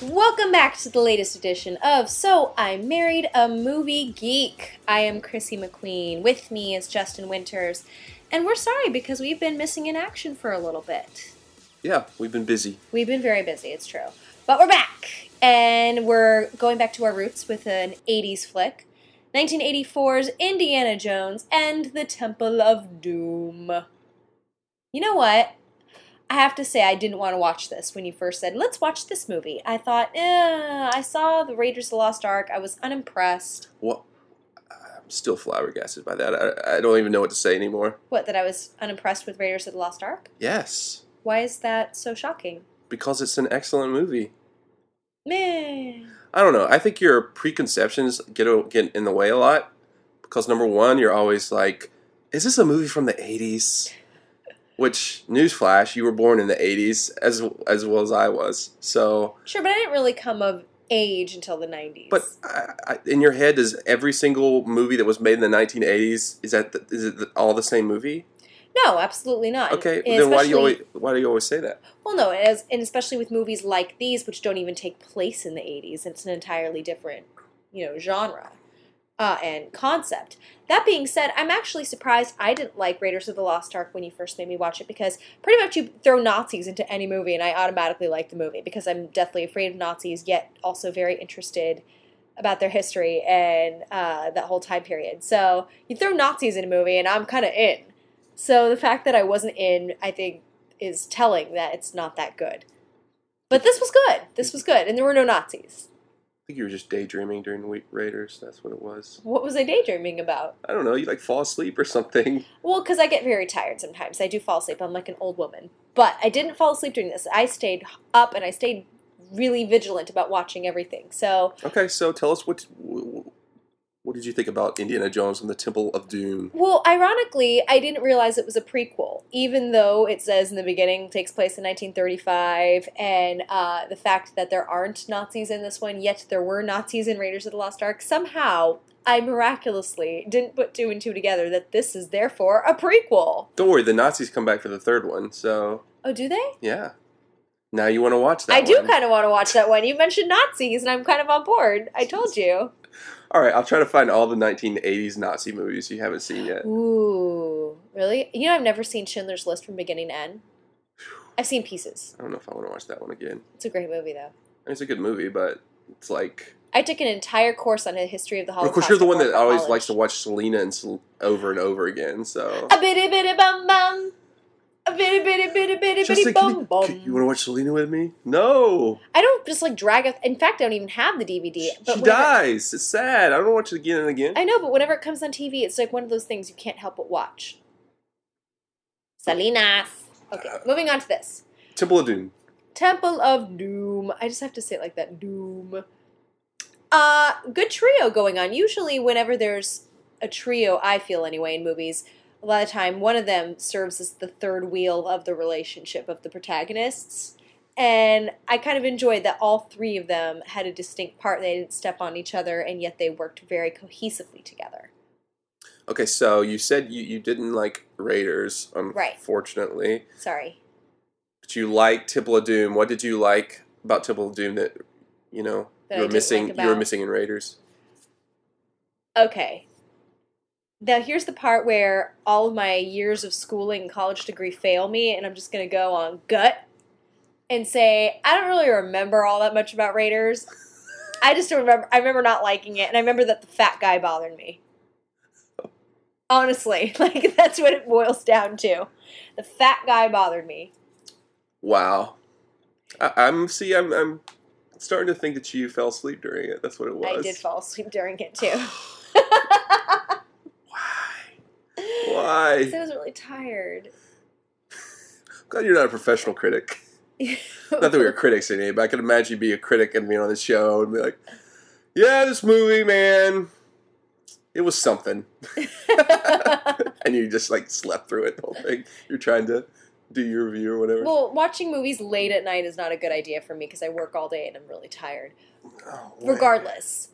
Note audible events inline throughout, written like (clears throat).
Welcome back to the latest edition of So I Married a Movie Geek. I am Chrissy McQueen. With me is Justin Winters. And we're sorry because we've been missing in action for a little bit. Yeah, we've been busy. We've been very busy, it's true. But we're back, and we're going back to our roots with an 80s flick 1984's Indiana Jones and the Temple of Doom. You know what? I have to say, I didn't want to watch this when you first said, let's watch this movie. I thought, eh, I saw The Raiders of the Lost Ark. I was unimpressed. Well, I'm still flabbergasted by that. I, I don't even know what to say anymore. What, that I was unimpressed with Raiders of the Lost Ark? Yes, Why is that so shocking? because it's an excellent movie. Meh. I don't know. I think your preconceptions get o- get in the way a lot because number one, you're always like, "Is this a movie from the '80s?" Which newsflash, you were born in the '80s as as well as I was. So, Sure, but I didn't really come of age until the 90s. but I, I, in your head, does every single movie that was made in the 1980s is that the, is it the, all the same movie? No, absolutely not. Okay, And then why do you always especially- why do you always say that? Well, no, as and especially with movies like these, which don't even take place in the '80s, it's an entirely different, you know, genre uh, and concept. That being said, I'm actually surprised I didn't like Raiders of the Lost Ark when you first made me watch it because pretty much you throw Nazis into any movie and I automatically like the movie because I'm deathly afraid of Nazis, yet also very interested about their history and uh, that whole time period. So you throw Nazis in a movie and I'm kind of in. So the fact that I wasn't in, I think, is telling that it's not that good. But this was good. This was good, and there were no Nazis. I think you were just daydreaming during Week Raiders. That's what it was. What was I daydreaming about? I don't know. You like fall asleep or something. (laughs) Well, because I get very tired sometimes. I do fall asleep. I'm like an old woman. But I didn't fall asleep during this. I stayed up and I stayed really vigilant about watching everything. So Okay, so tell us what what did you think about Indiana Jones and the Temple of Doom? Well, ironically, I didn't realize it was a prequel, even though it says in the beginning takes place in 1935, and uh, the fact that there aren't Nazis in this one, yet there were Nazis in Raiders of the Lost Ark. Somehow, I miraculously didn't put two and two together that this is therefore a prequel. Don't worry, the Nazis come back for the third one. So Oh, do they? yeah, now you want to watch that? I do one. kind of want to watch that one. You mentioned Nazis, and I'm kind of on board. I told you. All right, I'll try to find all the 1980s Nazi movies you haven't seen yet. Ooh, really? You know, I've never seen Schindler's List from beginning to end. I've seen pieces. I don't know if I want to watch that one again. It's a great movie, though. I mean, it's a good movie, but it's like. I took an entire course on the history of the Holocaust. of course, you're the one that always likes to watch. watch Selena and Sel- over and over again. So A bitty bitty bum bum. A bitty bitty bitty bitty bitty Justin, can bum you, bum. can- you want to watch Selena with me? No, I don't just like drag it. In fact, I don't even have the DVD. But she whenever- dies. It's sad. I don't watch it again and again. I know, but whenever it comes on TV, it's like one of those things you can't help but watch. Salinas. Okay, Uh, moving on to this. Temple of Doom. Temple of Doom. I just have to say it like that. Doom. Uh, good trio going on. Usually, whenever there's a trio, I feel anyway, in movies, a lot of time one of them serves as the third wheel of the relationship of the protagonists. And I kind of enjoyed that all three of them had a distinct part. They didn't step on each other, and yet they worked very cohesively together. Okay, so you said you, you didn't like Raiders, unfortunately, Sorry. but you liked Temple of Doom. What did you like about Temple of Doom that you know That I you were didn't missing? like you were about- missing in Raiders. Okay. Now here's the part where all of my years of schooling and college degree fail me, and I'm just gonna go on gut and say I don't really remember all that much about Raiders. I just don't remember. I remember not liking it, and I remember that the fat guy bothered me. Honestly, (laughs) like that's what it boils down to. The fat guy bothered me. Wow, I, I'm see. I'm I'm starting to think that you fell asleep during it. That's what it was. I did fall asleep during it too. Why? So I was really tired. Glad you're not a professional critic. Not that we were critics in it, but I could imagine you be a critic and being on the show and be like, "Yeah, this movie, man, it was something," (laughs) and you just like slept through it the whole thing. You're trying to do your review or whatever. well, watching movies late at night is not a good idea for me because I work all day and I'm really tired. Oh, man. Regardless,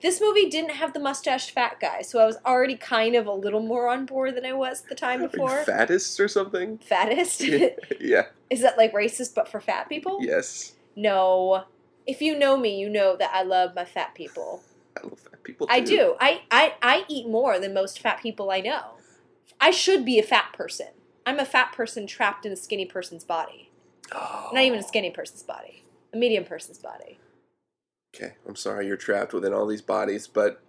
this movie didn't have the mustached fat guy, so I was already kind of a little more on board than I was the time Are you before. fattest or something. Fattest? yeah. (laughs) is that like racist but for fat people? Yes. No. If you know me, you know that I love my fat people. I love fat people. I too. do. I, I, I eat more than most fat people I know. I should be a fat person. I'm a fat person trapped in a skinny person's body. Oh. Not even a skinny person's body, a medium person's body. Okay, I'm sorry you're trapped within all these bodies, but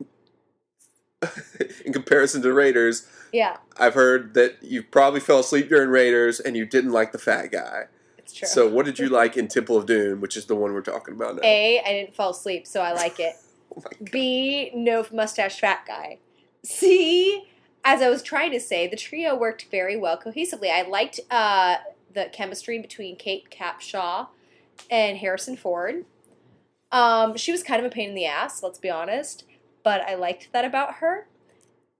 (laughs) in comparison to Raiders, Yeah, I've heard that you probably fell asleep during Raiders and you didn't like the fat guy. it's true. So, what did you like in Temple of Doom, which is the one we're talking about now? A, I didn't fall asleep, so I like it. (laughs) Oh my God. B, no mustache fat guy. C, as I was trying to say, the trio worked very well cohesively. I liked uh, the chemistry between Kate Capshaw and Harrison Ford. Um, she was kind of a pain in the ass, let's be honest, but I liked that about her.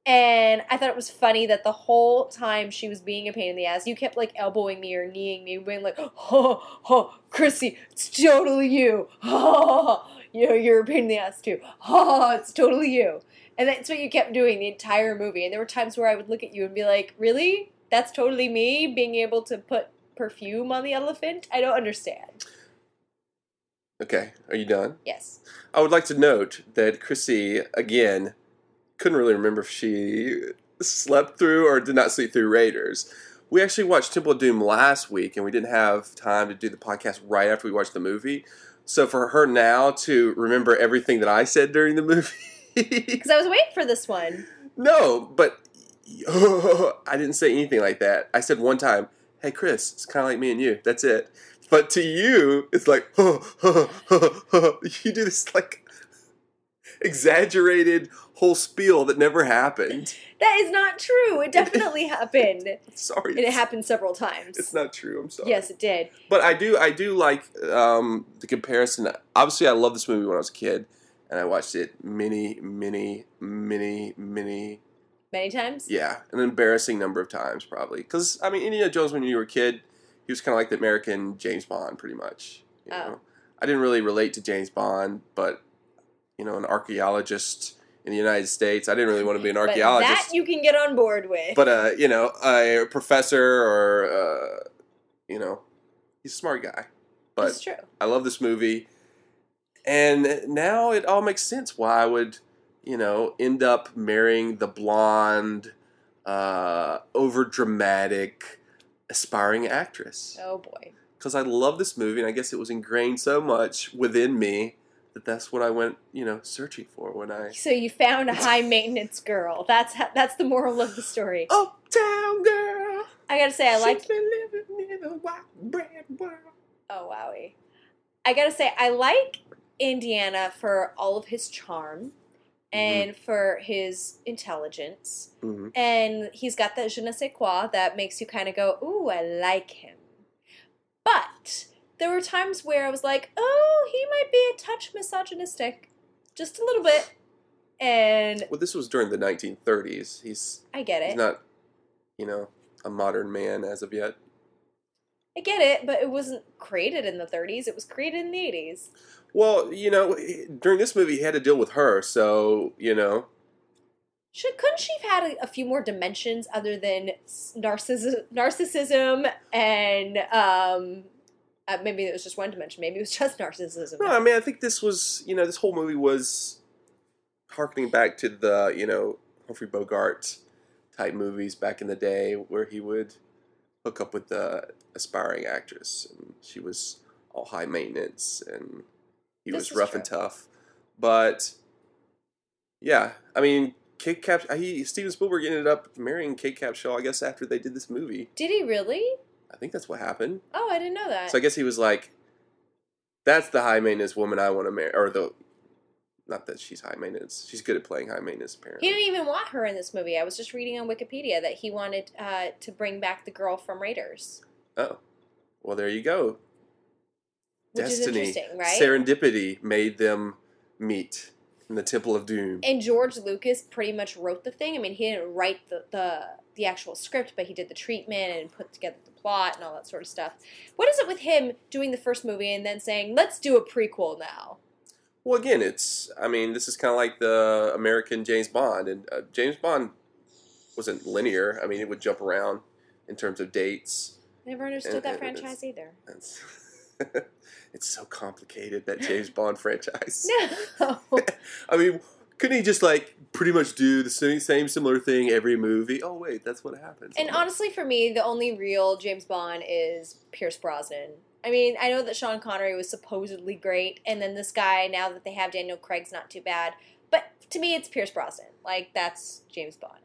And I thought it was funny that the whole time she was being a pain in the ass, you kept like elbowing me or kneeing me, being like, (laughs) "Oh, oh, Chrissy, it's totally you. (laughs) Oh, you know, you're a pain in the ass too. Oh, it's totally you." And that's what you kept doing the entire movie. And there were times where I would look at you and be like, "Really? That's totally me being able to put perfume on the elephant? I don't understand." Okay, are you done? Yes. I would like to note that Chrissy, again, couldn't really remember if she slept through or did not sleep through Raiders. We actually watched Temple of Doom last week, and we didn't have time to do the podcast right after we watched the movie. So for her now to remember everything that I said during the movie, (laughs) Cuz I was waiting for this one. no, but (laughs) I didn't say anything like that. I said one time, "Hey Chris, it's kind of like me and you." That's it. But to you, it's like (laughs) you do this like exaggerated whole spiel that never happened. That is not true. (laughs) It definitely happened. Sorry, And it happened several times. It's not true. I'm sorry. Yes, it did. but I do. I do like um, the comparison. Obviously, I love this movie when I was a kid, and I watched it many, many, many, many Many times? Yeah, an embarrassing number of times, probably. Because I mean, Indiana Jones when you were a kid, he was kind of like the American James Bond, pretty much. You Oh. know? I didn't really relate to James Bond, but you know, an archaeologist in the United States, I didn't really want to be an But archaeologist. that you can get on board with. But, uh, you know, a professor or uh, you know, he's a smart guy. But it's true. I love this movie. And now it all makes sense why I would, you know, end up marrying the blonde, uh, over dramatic, aspiring actress. Oh boy. Because I love this movie, and I guess it was ingrained so much within me that that's what I went, you know, searching for when I. So you found a high maintenance girl. That's ha- that's the moral of the story. Oh, Uptown girl! I gotta say, I like. She's been living in a white bread world. Oh wowie. I gotta say, I like Indiana for all of his charm, Mm-hmm. and for his intelligence, Mhm. and he's got that je ne sais quoi that makes you kind of go, "Ooh, I like him." But there were times where I was like, "Oh, he might be a touch misogynistic, just a little bit," and Well, this was during the 1930s. He's I get it. He's not, you know, a modern man as of yet. I get it, but it wasn't created in the 30s. It was created in the 80s. Well, you know, during this movie, he had to deal with her, so you know, Should, couldn't she have had a, a few more dimensions other than s- narcissi- narcissism and um, uh, maybe it was just one dimension. Maybe it was just (laughs) narcissism. no, I mean, I think this was, you know, this whole movie was harkening back to the, you know, Humphrey Bogart type movies back in the day, where he would hook up with the aspiring actress, and she was all high maintenance, and he This was is rough true. and tough, but yeah, I mean. Kate Cap, he Steven Spielberg ended up marrying Kate Capshaw, I guess, after they did this movie. Did he really? I think that's what happened. Oh, I didn't know that. So I guess he was like, "That's the high maintenance woman I want to marry," or the, not that she's high maintenance. She's good at playing high maintenance, apparently. he didn't even want her in this movie. I was just reading on Wikipedia that he wanted uh, to bring back the girl from Raiders. oh, well, there you go. which destiny, is interesting, right? serendipity made them meet in the Temple of Doom. and George Lucas pretty much wrote the thing. I mean, he didn't write the, the the actual script, but he did the treatment and put together the plot and all that sort of stuff. What is it with him doing the first movie and then saying, "Let's do a prequel now"? Well, again, it's I mean, this is kind of like the American James Bond, and uh, James Bond wasn't linear. I mean, it would jump around in terms of dates. (laughs) I never understood And- that and it's- franchise either. (laughs) It's, it's so complicated that James Bond franchise. No, I mean, couldn't he just like pretty much do the same, same similar thing every movie? Oh wait, that's what happens. and honestly, for me, the only real James Bond is Pierce Brosnan. I mean, I know that Sean Connery was supposedly great, and then this guy. Now that they have Daniel Craig's, not too bad. But to me, it's Pierce Brosnan. Like that's James Bond.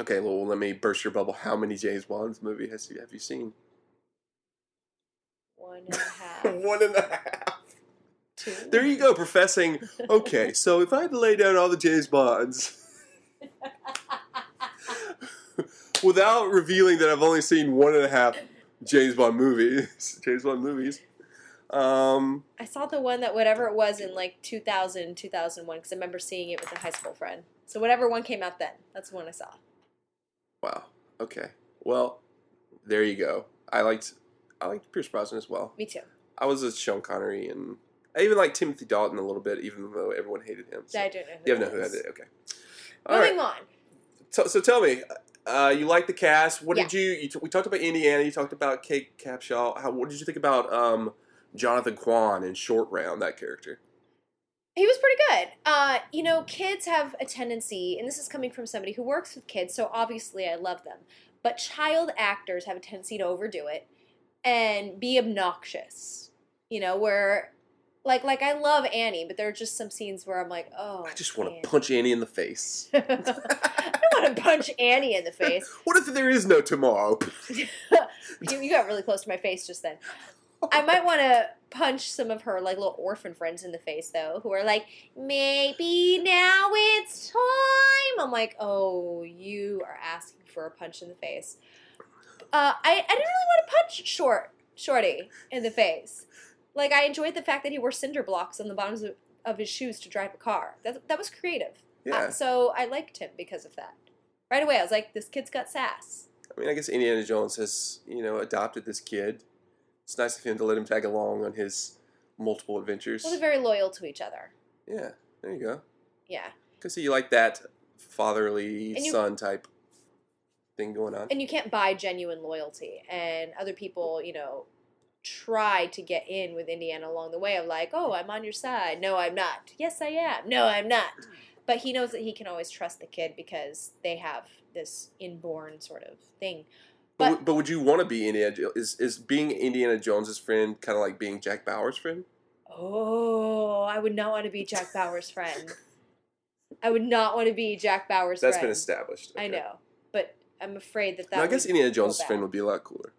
okay, well, let me burst your bubble. How many James Bond's movie has you, have you seen? One and a half. (laughs) One and a half. two. There you go, professing. Okay, so if I had to lay down all the James Bonds (laughs) without revealing that I've only seen one and a half James Bond movies, (laughs) James Bond movies, um, I saw the one that whatever it was in like 2000, 2001, because I remember seeing it with a high school friend. So whatever one came out then, that's the one I saw. wow. Okay, well, there you go. I liked, I liked Pierce Brosnan as well. Me too. I was a Sean Connery, and I even liked Timothy Dalton a little bit, even though everyone hated him. so- I don't know. Who you have know who that was. is. Okay. All right. Moving on. So, so tell me, uh, you like the cast? What did you, you? t- We talked about Indiana. You talked about Kate Capshaw. How, what did you think about um, Jonathan Kwan in Short Round? That character. He was pretty good. Uh, you know, kids have a tendency, and this is coming from somebody who works with kids, so obviously I love them. But child actors have a tendency to overdo it and be obnoxious. You know, where like like I love Annie, but there are just some scenes where I'm like, oh, I just want man. to punch Annie in the face. (laughs) I don't want to punch Annie in the face. What if there is no tomorrow? You, you got really close to my face just then. I might want to punch some of her like little orphan friends in the face though, who are like, maybe now it's time. I'm like, oh, you are asking for a punch in the face. Uh, I I didn't really want to punch short shorty in the face. Like I enjoyed the fact that he wore cinder blocks on the bottoms of, of his shoes to drive a car. That that was creative. Uh, Yeah. so I liked him because of that. Right away, I was like, this kid's got sass. I mean, I guess Indiana Jones has you know adopted this kid. It's nice of him to let him tag along on his multiple adventures. Well, they're very loyal to each other. yeah. There you go. Yeah. Because you like that fatherly And you- son type thing going on. And you can't buy genuine loyalty. And other people, you know, try to get in with Indiana along the way of like, oh, I'm on your side. No, I'm not. Yes, I am. No, I'm not. But he knows that he can always trust the kid because they have this inborn sort of thing. But, But- w- but would you want to be Indiana? Jo- Is is being Indiana Jones's friend kind of like being Jack Bauer's friend? Oh, I would not want to be Jack Bauer's friend. I would not want to be Jack Bauer's That's friend. been established. I okay. know, but I'm afraid that that. Now, I would guess Indiana go Jones's back. friend would be a lot cooler.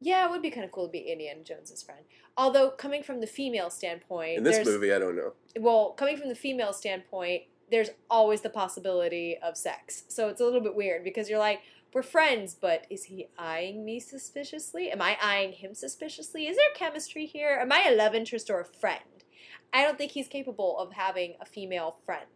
Yeah, it would be kind of cool to be Indiana Jones's friend. Although coming from the female standpoint, In this there's, movie, I don't know. well, coming from the female standpoint, there's always the possibility of sex. So it's a little bit weird because you're like, we're friends, but is he eyeing me suspiciously? Am I eyeing him suspiciously? Is there chemistry here? Am I a love interest or a friend? I don't think he's capable of having a female friend.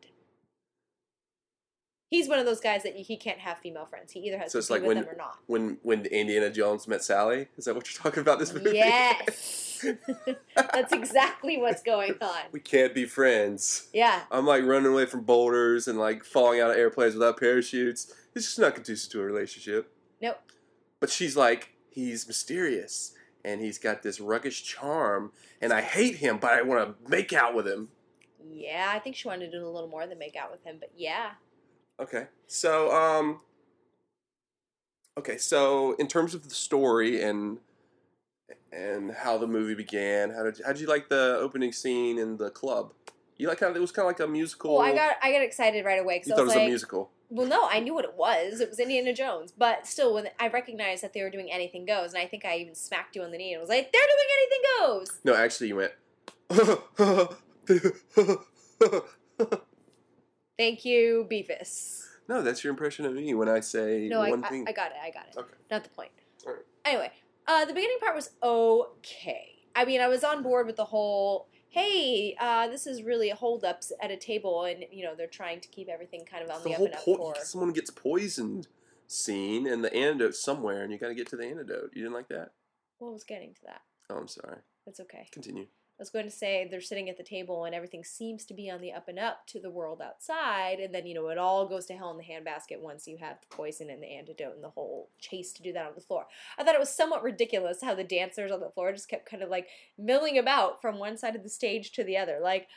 He's one of those guys that he can't have female friends. He either has So to it's be like with when them or not. when when Indiana Jones met Sally. Is that what you're talking about? (laughs) This movie? Yes, (laughs) that's exactly what's going on. we can't be friends. Yeah, I'm like running away from boulders and like falling out of airplanes without parachutes. It's just not conducive to a relationship. Nope. But she's like, he's mysterious and he's got this ruggish charm, and I hate him, but I want to make out with him. yeah. I think she wanted to do a little more than make out with him, but yeah, Okay. So, um, okay. So, in terms of the story and and how the movie began, how did how did you like the opening scene in the club? You like how it was kind of like a musical. Well, Oh, I got I got excited right away Oh. because I You thought it was was like, a musical. well, no, I knew what it was. It was Indiana Jones, but still, when I recognized that they were doing Anything Goes, and I think I even smacked you on the knee and was like, they're doing Anything Goes. No, actually, you went. (laughs) Thank you, Beavis. no, that's your impression of me when I say No, I, one I, thing. I got it. I got it. Okay. Not the point. All right. Anyway, uh, the beginning part was okay. I mean, I was on board with the whole, hey, uh, this is really a holdups at a table, and you know they're trying to keep everything kind of on the, the up whole and up po- for. someone gets poisoned scene and the antidote somewhere, and you got to get to the antidote. You didn't like that? What was getting to that? Oh, I'm sorry. That's okay. Continue. I was going to say they're sitting at the table and everything seems to be on the up and up to the world outside, and then you know it all goes to hell in the handbasket once you have the poison and the antidote and the whole chase to do that on the floor. I thought it was somewhat ridiculous how the dancers on the floor just kept kind of like milling about from one side of the stage to the other, like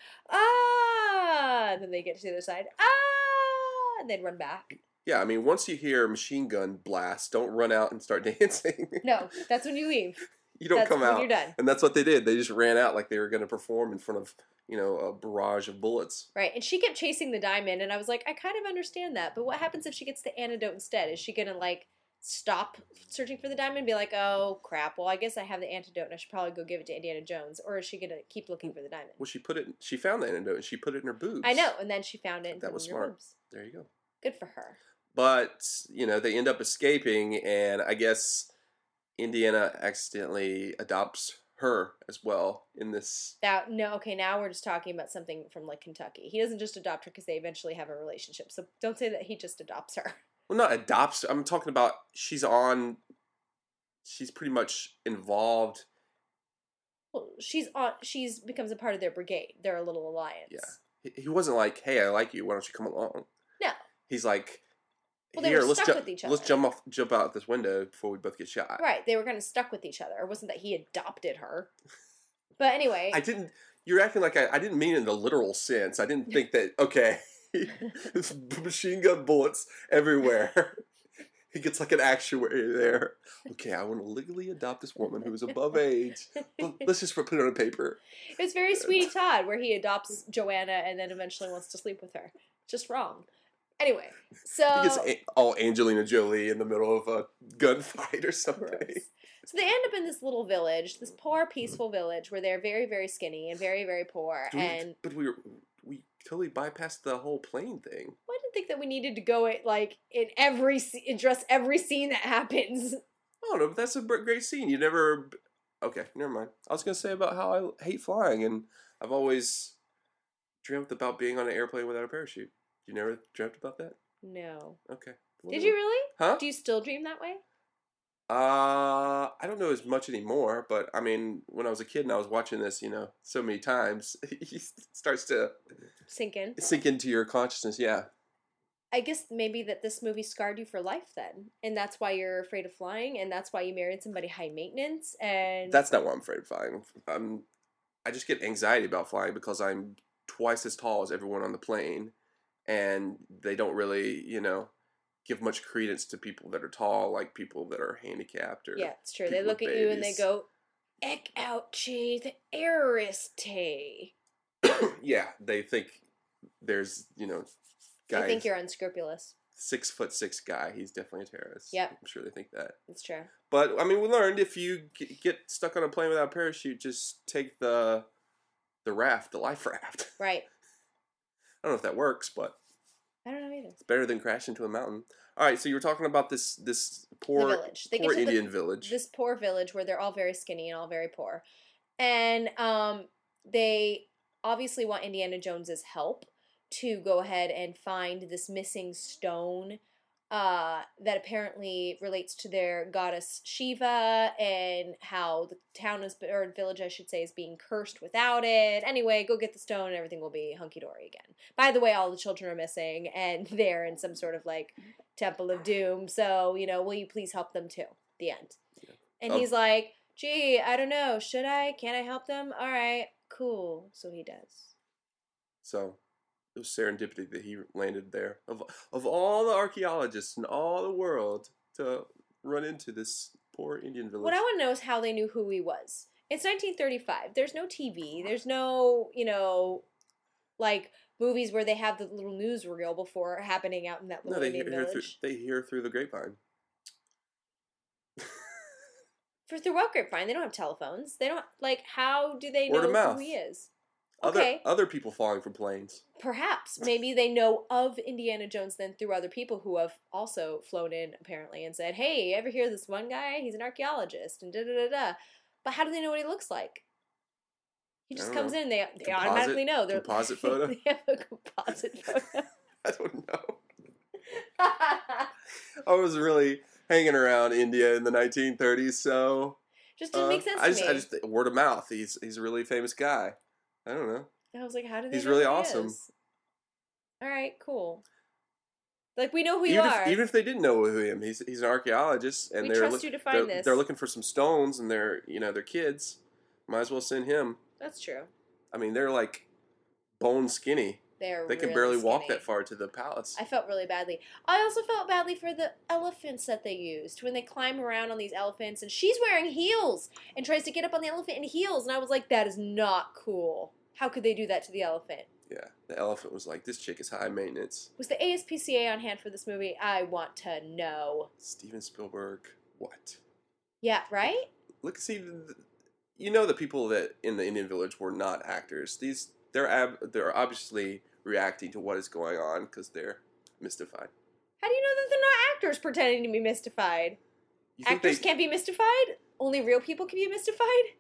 ah, and then they get to the other side ah, and then run back. Yeah, I mean, once you hear machine gun blast, don't run out and start (laughs) dancing. No, that's when you leave. you don't that's come when out. you're done. And that's what they did. They just ran out like they were going to perform in front of, you know, a barrage of bullets. Right. And she kept chasing the diamond, and I was like, I kind of understand that, but what happens if she gets the antidote instead? Is she gonna like stop searching for the diamond and be like, oh crap, well I guess I have the antidote and I should probably go give it to Indiana Jones, or is she gonna keep looking for the diamond? Well, she put it. She found the antidote and she put it in her boobs. I know, and then she found it. And That put it was in her smart. boobs. There you go. Good for her. But you know, they end up escaping, and I guess Indiana accidentally adopts her as well in this. That no, okay. Now we're just talking about something from like Kentucky. He doesn't just adopt her because they eventually have a relationship. So don't say that he just adopts her. Well, not adopts. I'm talking about she's on. She's pretty much involved. Well, she's on. She's becomes a part of their brigade. Their little alliance. Yeah. He- He wasn't like, "Hey, I like you. Why don't you come along?" No. He's like, Well, they "Here, were let's stuck ju- with each Let's other." jump off, jump out this window before we both get shot." Right, they were kind of stuck with each other. It wasn't that he adopted her. But anyway, (laughs) I didn't. You're acting like I, I didn't mean it in the literal sense. I didn't think that. Okay, it's machine gun bullets everywhere. (laughs) he gets like an actuary there. Okay, I want to legally adopt this woman who is above age. Well, Let's just put it on paper. it was very Sweetie Todd where he adopts Joanna and then eventually wants to sleep with her. Just wrong. Anyway, He gets so a- all Angelina Jolie in the middle of a gunfight or something. (laughs) Gross. so they end up in this little village, this poor peaceful village where they're very very skinny and very very poor. Do we- And but we were, we totally bypassed the whole plane thing. well, I didn't think that we needed to go it like in every sce- address every scene that happens. (laughs) Oh no, but that's a br- great scene. You never. Okay, never mind. I was gonna say about how I hate flying, and I've always dreamt about being on an airplane without a parachute. You never dreamt about that? No, Okay. did you really? Huh? Do you still dream that way? Uh, I don't know as much anymore, but I mean, when I was a kid and I was watching this, you know, so many times, (laughs) it starts to Sink in. sink into your consciousness. Yeah. I guess maybe that this movie scarred you for life then. And that's why you're afraid of flying and that's why you married somebody high maintenance and That's not why I'm afraid of flying. I'm, I just get anxiety about flying because I'm twice as tall as everyone on the plane, and they don't really, you know, give much credence to people that are tall, like people that are handicapped or Yeah, it's true. They people look at with you and they babies. go, Eck out che the aoriste. (clears throat) yeah. They think there's, you know, They guy think you're unscrupulous. six foot six guy. He's definitely a terrorist. Yep. I'm sure they think that. It's true. But I mean, we learned if you g- get stuck on a plane without a parachute, just take the the raft, the life raft. (laughs) Right. I don't know if that works, but I don't know either. It's better than crashing into a mountain. All right, so you were talking about this this poor the village. They poor get to the- Indian village. this poor village where they're all very skinny and all very poor. And um, they obviously want Indiana Jones's help to go ahead and find this missing stone uh, that apparently relates to their goddess Shiva and how the town is or village, I should say, is being cursed without it. Anyway, go get the stone and everything will be hunky dory again. By the way, all the children are missing and (laughs) they're in some sort of like temple of doom. So you know, will you please help them too? The end. And Oh. he's like, "Gee, I don't know. Should I? Can I help them? All right, cool." So he does. so it was serendipity that he landed there. Of of all the archaeologists in all the world to run into this poor Indian village. What I want to know is how they knew who he was. It's 1935. There's no TV. There's no, you know, like movies where they have the little newsreel before happening out in that no, little they hear, Indian hear through, village. they hear through the grapevine. For through what grapevine? They don't have telephones. They don't like. How do they Word know of mouth. who he is? Other Okay. other people falling from planes. (laughs) Perhaps maybe they know of Indiana Jones then through other people who have also flown in apparently and said, "Hey, you ever hear this one guy? He's an archaeologist and da da da da." But how do they know what he looks like? He I just don't comes know. in. They they Composite- automatically know. They're composite (laughs) photo? they have a composite (laughs) photo. (laughs) I don't know. I was really hanging around India in the 1930s, so just didn't uh, make sense I just, to me. I I, just word of mouth. He's he's a really famous guy. I don't know. was like, how did they? he's know really who he awesome. is? All right, cool. Like we know who you even are. If, even if they didn't know who him, he's he's an archaeologist, and We they're trust look- you to find they're, this. they're looking for some stones, and they're you know they're kids. Might as well send him. That's true. I mean, they're like bone skinny. They're They can really barely walk skinny. that far to the palace. I felt really badly. I also felt badly for the elephants that they used when they climb around on these elephants, and she's wearing heels and tries to get up on the elephant in heels, and I was like, that is not cool. How could they do that to the elephant? yeah, the elephant was like, "This chick is high maintenance." Was the ASPCA on hand for this movie? I want to know. Steven Spielberg, what? Yeah, right? Look, see, th- th- you know the people that in the Indian village were not actors. These they're ab- they're obviously reacting to what is going on because they're mystified. How do you know that they're not actors pretending to be mystified? You think Actors they- can't be mystified? Only real people can be mystified?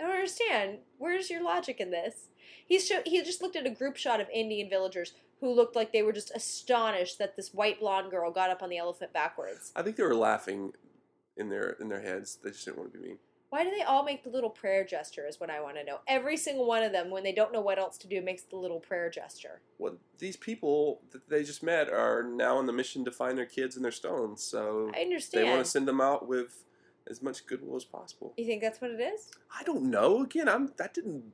I don't understand. Where's your logic in this? He show, he just looked at a group shot of Indian villagers who looked like they were just astonished that this white blonde girl got up on the elephant backwards. I think they were laughing in their in their heads. They just didn't want to be mean. Why do they all make the little prayer gesture is what I want to know. Every single one of them when they don't know what else to do makes the little prayer gesture. Well, these people that they just met are now on the mission to find their kids and their stones. So I they understand. want to send them out with as much goodwill as possible. you think that's what it is? I don't know. Again, I'm that didn't.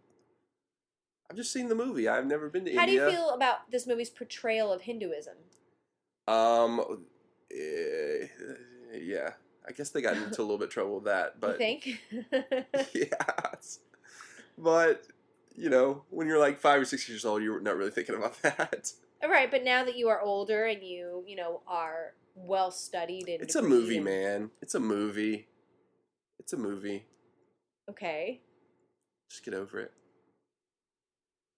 I've just seen the movie. I've never been to How do India. you feel about this movie's portrayal of Hinduism? Um, eh, yeah. I guess they got into a little bit of trouble with that, but you (laughs) think? (laughs) yeah. But you know, when you're like five or six years old, you're not really thinking about (laughs) that. All right, but now that you are older and you, you know, are well studied and It's a degreed movie, and- man. It's a movie. It's a movie. Okay. Just get over it.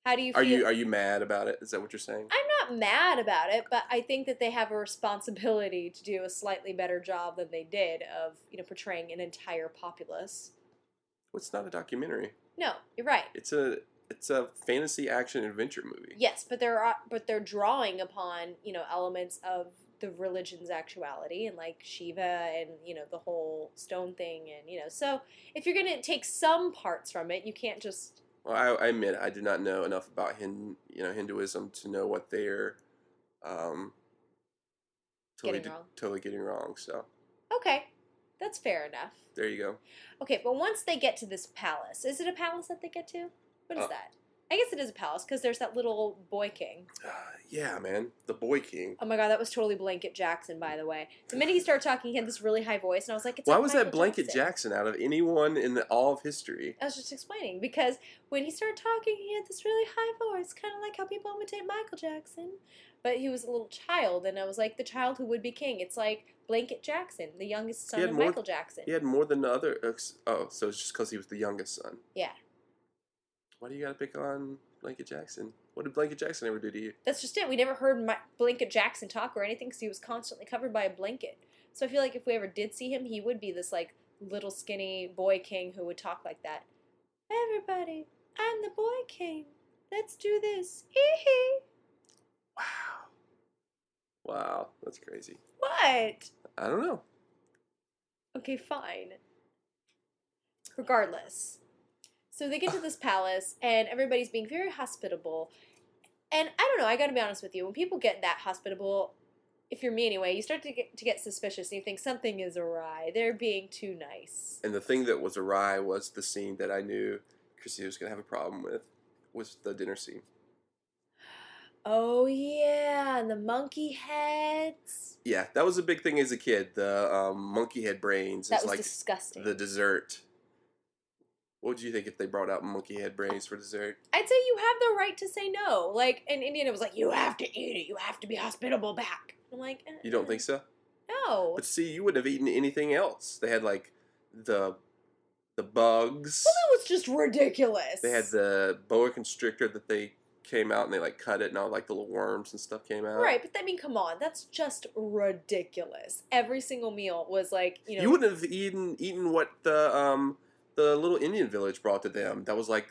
How do you feel? Are you are you mad about it? Is that what you're saying? I'm not mad about it, but I think that they have a responsibility to do a slightly better job than they did of, you know, portraying an entire populace. Well, it's not a documentary. No, you're right. It's a it's a fantasy action adventure movie. Yes, but they're uh, but they're drawing upon you know elements of the religion's actuality and like Shiva and you know the whole stone thing and you know so if you're gonna take some parts from it, you can't just Well, I, I admit I do not know enough about Hin, you know Hinduism to know what they're um, totally Getting wrong. totally getting wrong. So okay, that's fair enough. there you go. Okay, but once they get to this palace, is it a palace that they get to? What is Uh. that? I guess it is a palace because there's that little boy king. Uh, yeah, man, the boy king. Oh my god, that was totally Blanket Jackson, by the way. The minute he started talking, he had this really high voice, and I was like, it's Why like was Michael that Blanket Jackson. out of anyone in the, all of history? I was just explaining because when he started talking, he had this really high voice, kind of like how people imitate Michael Jackson. But he was a little child, and I was like, the child who would be king. It's like Blanket Jackson, the youngest son had of more- Michael Jackson. He had more than the other. ex- Oh, so it's just because he was the youngest son. Yeah. Why do you gotta pick on Blanket Jackson? What did Blanket Jackson ever do to you? That's just it. We never heard Mi- Blanket Jackson talk or anything because he was constantly covered by a blanket. So I feel like if we ever did see him, he would be this like little skinny boy king who would talk like that. Everybody, I'm the boy king. Let's do this. Hee hee. Wow. Wow, that's crazy. What? I don't know. Okay, fine. Regardless. So they get to this palace and everybody's being very hospitable. And I don't know, I gotta be honest with you, when people get that hospitable, if you're me anyway, you start to get, to get suspicious and you think something is awry. They're being too nice. And the thing that was awry was the scene that I knew Chrissy was going to have a problem with was the dinner scene. Oh, yeah, and the monkey heads. Yeah, that was a big thing as a kid. The um, monkey head brains That is was like disgusting. the dessert. What would you think if they brought out monkey head brains for dessert? I'd say you have the right to say no. Like, and Indiana was like, you have to eat it, you have to be hospitable back. I'm like, uh, You don't think so? No. But see, you wouldn't have eaten anything else. They had like the the bugs. That was just ridiculous. They had the boa constrictor that they came out and they like cut it and all like the little worms and stuff came out. right, but I mean, come on, that's just ridiculous. Every single meal was like, you know, You wouldn't have eaten eaten what the um the little Indian village brought to them. That was like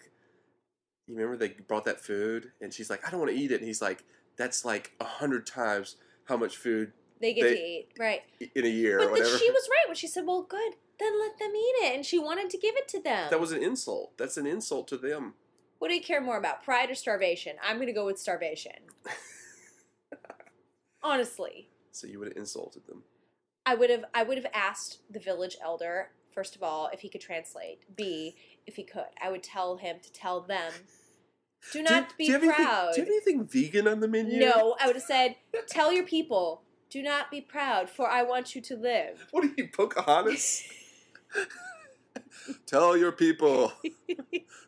you remember they brought that food and she's like, I don't want to eat it. And he's like, that's like a hundred times how much food They get to They- eat, right? i- in a year or But whatever. then she was right when she said, "Well, good, then let them eat it," and she wanted to give it to them. that was an insult. That's an insult to them. what do you care more about, pride or starvation? I'm going to go with (laughs) starvation. Honestly, So you would have insulted them. I would have I would have asked the village elder first of all if he could translate. B if he could. I would tell him to tell them do not do, be do you have anything- proud. do you have anything vegan on the menu? no, I would have said tell your people do not be proud for I want you to live. (laughs) What are you, (laughs) Pocahontas? Tell (laughs) your people,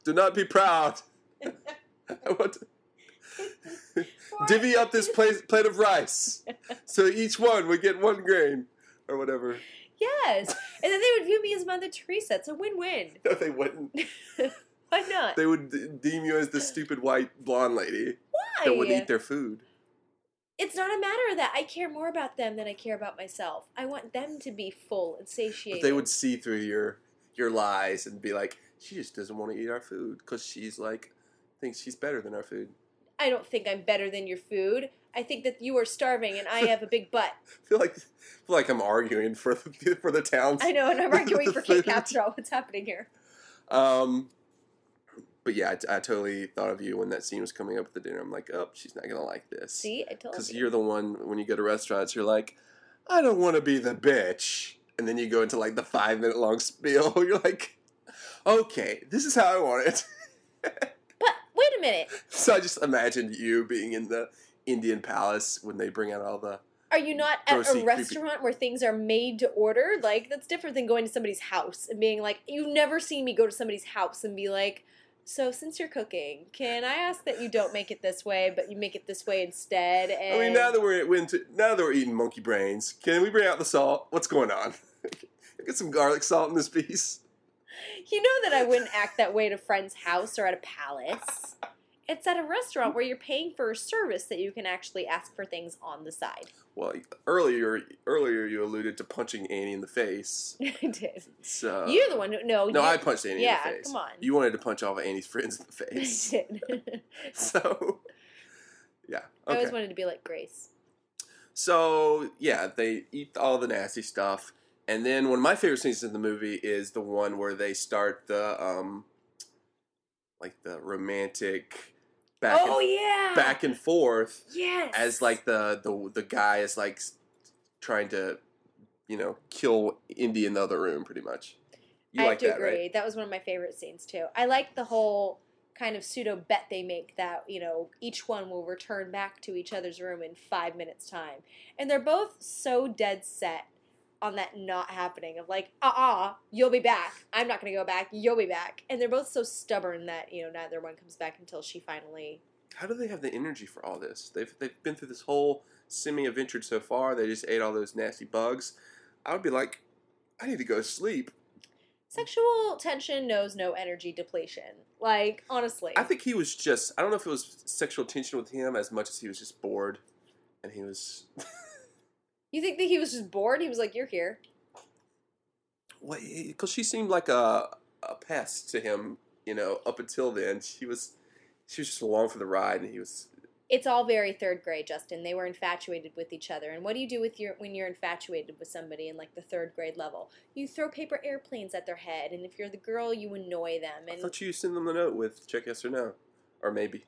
do not be proud. I want to- divvy up this plate, plate (laughs) of rice, so each one would get one grain or whatever. Yes. And then they would view me as Mother Teresa. It's a win-win. No, they wouldn't. Why not? They would de- deem you as the stupid white blonde lady Why? that would eat their food. it's not a matter of that. I care more about them than I care about myself. I want them to be full and But satiated. they would see through your your lies and be like, she just doesn't want to eat our food because she's like thinks she's better than our food. I don't think I'm better than your food. I think that you are starving and I (laughs) have a big butt. feel like feel like I'm arguing for the, for the towns. I know, and I'm arguing for Kate Food. Capshaw. What's happening here? Um, but yeah, I, I totally thought of you when that scene was coming up at the dinner. I'm like, oh, she's not gonna like this See, I told because you. you're the one when you go to restaurants, you're like, I don't want to be the bitch, and then you go into like the five minute long (laughs) spiel. You're like, okay, this is how I want it. (laughs) but wait a minute. so I just imagined you being in the Indian palace when they bring out all the Are you not at Grossy, a creepy. restaurant where things are made to order? Like, that's different than going to somebody's house and being like, you've never seen me go to somebody's house and be like, so since you're cooking, can I ask that you don't make it this way, but you make it this way instead? I And mean, now that we're into, now that we're eating monkey brains, can we bring out the salt? What's going on? (laughs) Get some garlic salt in this piece. You know that I wouldn't act that way at a friend's house or at a palace. It's at a restaurant where you're paying for a service that you can actually ask for things on the side. (laughs) Well, earlier, earlier you alluded to punching Annie in the face. I did. So You're the one who no. Uh, no, you, I punched Annie yeah, in the face. come on. you wanted to punch all of Annie's friends in the (laughs) I (laughs) face. (laughs) did. so yeah, I okay. always wanted to be like Grace. So yeah, they eat all the nasty stuff, and then one of my favorite scenes in the movie is the one where they start the um, like the romantic back oh and, yeah. back and forth Yes. as like the the the guy is like s- trying to you know kill Indy in the other room pretty much. You I like have to that, agree. right? That was one of my favorite scenes too. I like the whole kind of pseudo bet they make that you know each one will return back to each other's room in five minutes time, and they're both so dead set on that not happening of like uh uh-uh, uh you'll be back I'm not gonna go back you'll be back and they're both so stubborn that you know neither one comes back until she finally How do they have the energy for all this? They've they've been through this whole semi-adventure so far. They just ate all those nasty bugs. I would be like, I need to go sleep. sexual tension knows no energy depletion like honestly I think he was just. I don't know if it was sexual tension with him as much as he was just bored, and he was. you think that he was just bored he was like you're here Because she seemed like a a pest to him, you know. Up until then, she was she was just along for the ride, and he was. it's all very third grade, Justin. They were infatuated with each other. And what do you do with your when you're infatuated with somebody in like the third grade level? You throw paper airplanes at their head, and if you're the girl, you annoy them. I And thought you send them the note with check yes or no, or maybe.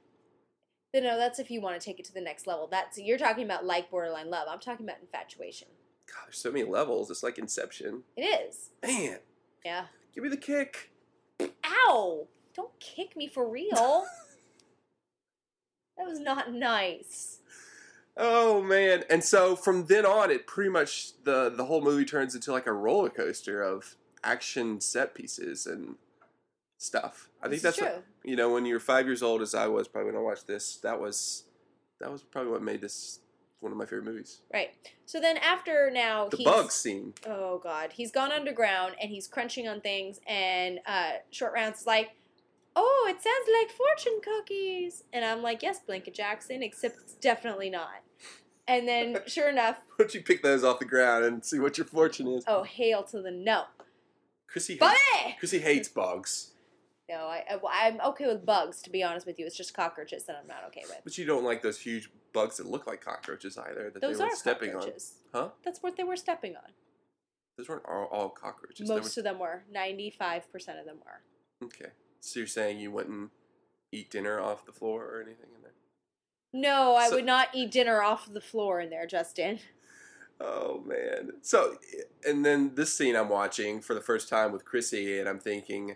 but no, that's if you want to take it to the next level. That's you're talking about like borderline love. I'm talking about infatuation. God, there's so many levels. It's like Inception. It is. Man, Yeah. give me the kick. Ow! Don't kick me for (laughs) real. that was not nice. Oh man! And so from then on, it pretty much the the whole movie turns into like a roller coaster of action set pieces and stuff. I think This that's is what- you know when you're five years old, as I was probably when I watched this. That was that was probably what made this one of my favorite movies. Right. So then after now The he's- bug scene. (laughs) Oh God, he's gone underground and he's crunching on things. And uh, Short Rounds is like, "Oh, it sounds like fortune cookies," and I'm like, "Yes, Blanket Jackson," except it's definitely not. And (laughs) then, sure enough, Why don't you pick those off the ground and see what your fortune is? (laughs) oh hail to the no, Chrissy, hates, Bobby! Chrissy hates bugs. No, I, I- well, I'm okay with bugs, to be honest with you. It's just cockroaches that I'm not okay with. But you don't like those huge bugs that look like cockroaches either that Those they are were stepping cockroaches. on. Huh? That's what they were stepping on. Those weren't all, all cockroaches. They Most of them were. 95% of them were. were, okay. So you're saying you wouldn't eat dinner off the floor or anything in there? No, I So- would not eat dinner off the floor in there, Justin. Oh man. So and then this scene I'm watching for the first time with Chrissy and I'm thinking,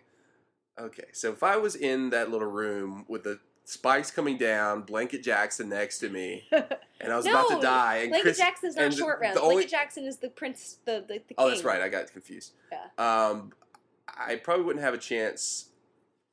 okay, so if I was in that little room with the spikes coming down, Blanket Jackson next (laughs) to me, and I was about No, to die and Lady Chris- Jackson's not and the- short round. the only- Lady Jackson is the prince, the, the, the king. Oh, that's right. I got confused. Yeah. Um, I probably wouldn't have a chance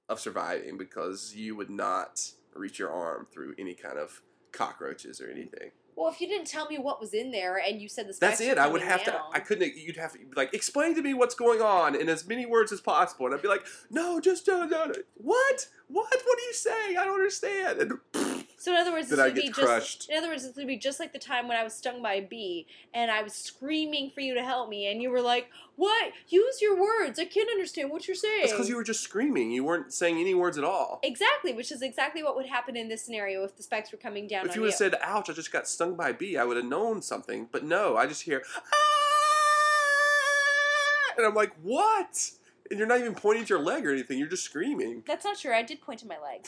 of surviving because you would not reach your arm through any kind of cockroaches or anything. Well, if you didn't tell me what was in there and you said the That's spikes were it. I would coming have down- to. I couldn't. You'd have to be like explain to me what's going on in as many words as possible, and I'd be like, "No, just no, no, no. What? What? What are you saying? I don't understand." And So in other words, Then this I would get be just. crushed. In other words, this would be just like the time when I was stung by a bee and I was screaming for you to help me, and you were like, "What? Use your words. I can't understand what you're saying." that's because you were just screaming. You weren't saying any words at all. exactly, which is exactly what would happen in this scenario if the spikes were coming down. if on you you would have said, "Ouch! I just got stung by a bee," I would have known something. But no, I just hear, "Ah!" and I'm like, "What?" And you're not even pointing to your leg or anything. You're just screaming. "That's not true," I did point to my leg.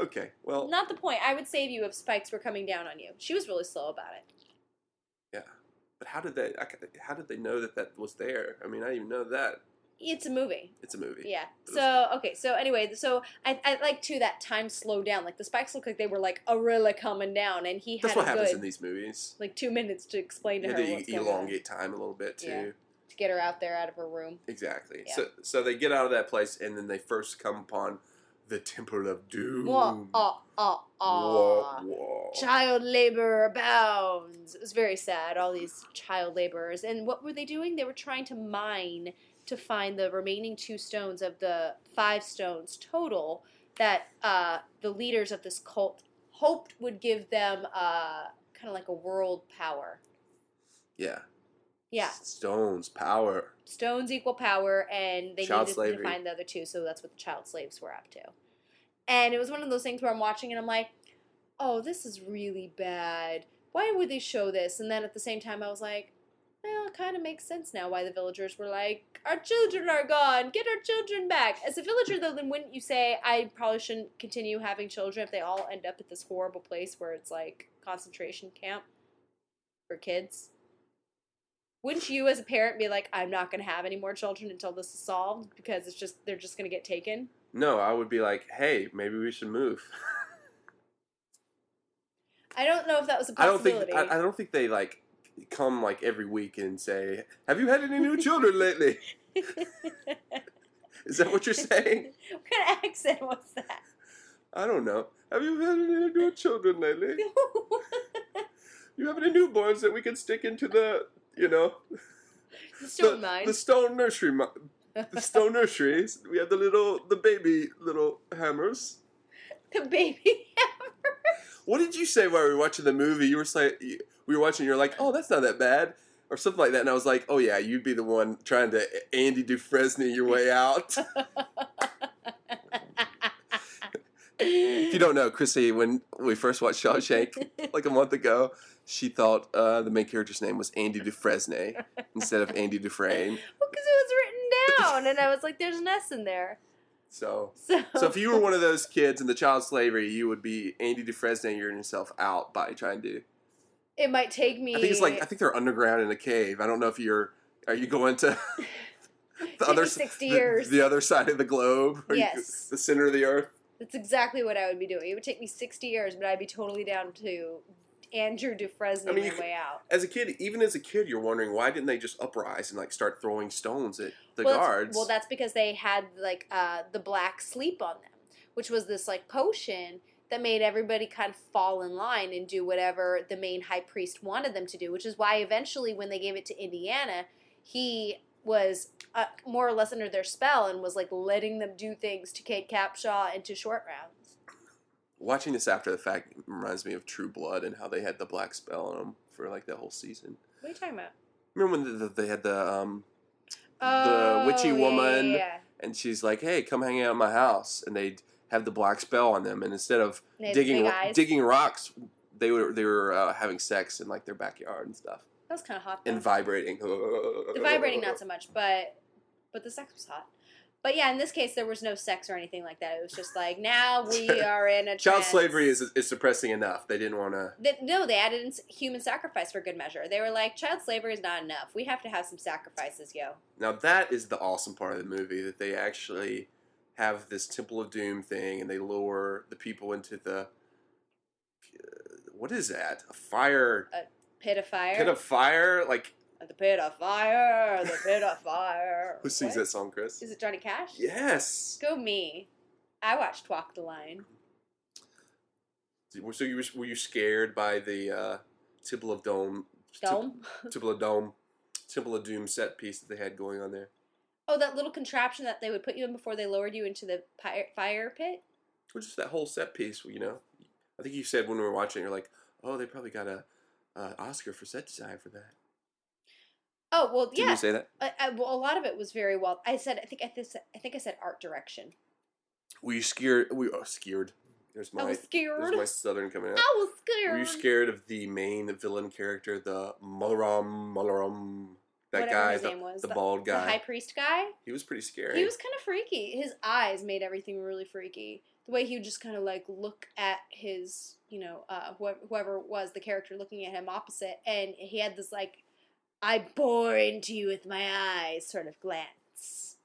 Okay, well, Not the point. I would save you if spikes were coming down on you. She was really slow about it. yeah. But how did they? I ca- How did they know that that was there? I mean, I didn't even know that. It's a movie. It's a movie. Yeah. So okay. So anyway, so I, I like too that time slowed down. Like the spikes looked like they were like a really coming down, and he That's had what a happens good, in these movies. like two minutes to explain to You have her what's to e, going on, elongate time a little bit too. Yeah. to get her out there out of her room. Exactly. Yeah. So, so they get out of that place, and then they first come upon the Temple of Doom. Wah, ah, ah, ah. Wah, wah. Child labor abounds. It was very sad. All these child laborers, and what were they doing? They were trying to mine to find the remaining two stones of the five stones total that uh, the leaders of this cult hoped would give them uh, kind of like a world power. Yeah. Yeah, Stones, power. stones equal power, and they Child needed to slavery. find the other two, so that's what the child slaves were up to. And it was one of those things where I'm watching and I'm like, oh, this is really bad. Why would they show this? And then at the same time, I was like, well, it kind of makes sense now why the villagers were like, our children are gone, get our children back. As a villager, though, then wouldn't you say, I probably shouldn't continue having children if they all end up at this horrible place where it's like concentration camp for kids? Wouldn't you, as a parent, be like, I'm not going to have any more children until this is solved because it's just, they're just going to get taken? No, I would be like, hey, maybe we should move. (laughs) I don't know if that was a I don't possibility. think I, I don't think they like come like every week and say, "Have you had any new (laughs) children lately?" Is that what you're saying? What kind of accent was that? (laughs) I don't know. Have you had any new children lately? You have any newborns that we can stick into the, you know, Still the, in mind. the stone nursery, mi- (laughs) the stone nurseries. We have the little, the baby little hammers. The baby. (laughs) What did you say while we were watching the movie? You were saying we were watching. You're like, oh, that's not that bad, or something like that. And I was like, oh yeah, you'd be the one trying to Andy Dufresne your way out. if you don't know, Chrissy, when we first watched Shawshank like a month ago, she thought uh, the main character's name was Andy Dufresne instead of Andy Dufresne. Well, because it was written down, and I was like, "There's an S in there." So. So, So if you were one of those kids in the child slavery, you would be Andy Dufresne you're yourself out by trying to it might take me. I think it's like I think they're underground in a cave. I don't know if you're are you going to (laughs) the Take me s- 60 the- years. the, other side of the globe, Are you- Yes. the center of the earth. that's exactly what I would be doing. It would take me 60 years, but I'd be totally down to Andrew Dufresne I mean, my you way out. As a kid, even as a kid, you're wondering why didn't they just uprise and like start throwing stones at the well, that's- guards? well, that's because they had like uh, the black sleep on them, which was this like potion that made everybody kind of fall in line and do whatever the main high priest wanted them to do, which is why eventually when they gave it to Indiana, he was uh, more or less under their spell and was like letting them do things to Kate Capshaw and to short rounds. Watching this after the fact reminds me of True Blood and how they had the black spell on them for like that whole season. What are you talking about? Remember when the, the, they had the um, Oh, witchy yeah, woman yeah, yeah. and she's like, "Hey, come hang out at my house," and they'd have the black spell on them, and instead of They had digging big eyes. digging rocks, they were they were uh, having sex in like their backyard and stuff, That was kind of hot. Though. and vibrating. the vibrating not so much, but but the sex was hot. But yeah, in this case, there was no sex or anything like that. It was just like now (laughs) we are in a Child trance. slavery is is depressing enough. They didn't want to. They, no, they added in s- human sacrifice for good measure. They were like, child slavery is not enough. We have to have some sacrifices, yo. Now that is the awesome part of the movie that they actually have this Temple of Doom thing, and they lure the people into the what is that? A fire Pit of fire. pit of fire? Like Oh, the pit of fire. The pit of fire. who sings What? that song, Chris? Is it Johnny Cash? Yes. Go me. I watched Walk the (laughs) Line. So you were, were you scared by the uh, Temple of Dome? Dome. Tem- Temple of Dome. Temple of Doom set piece that they had going on there, Oh, that little contraption that they would put you in before they lowered you into the pi- fire pit. which is that whole set piece. You know, I think you said when we were watching, it, you're like, "Oh, they probably got a uh, Oscar for set design for that." Oh well, Did yeah. you say that? I, I, well, a lot of it was very well. I said, I think I, this, I think I said art direction. Were you scared? We are scared. There's my I was scared. there's my southern coming out. (laughs) I was scared. Were you scared of the main villain character, the Mularam Mularam? That Whatever guy, his the, name was, the the- bald The guy. high priest guy. he was pretty scary. He was kind of freaky. His eyes made everything really freaky. The way he would just kind of like look at his, you know, uh, whoever, whoever it was the character looking at him opposite, and he had this like, "I bore into you with my eyes" sort of glance.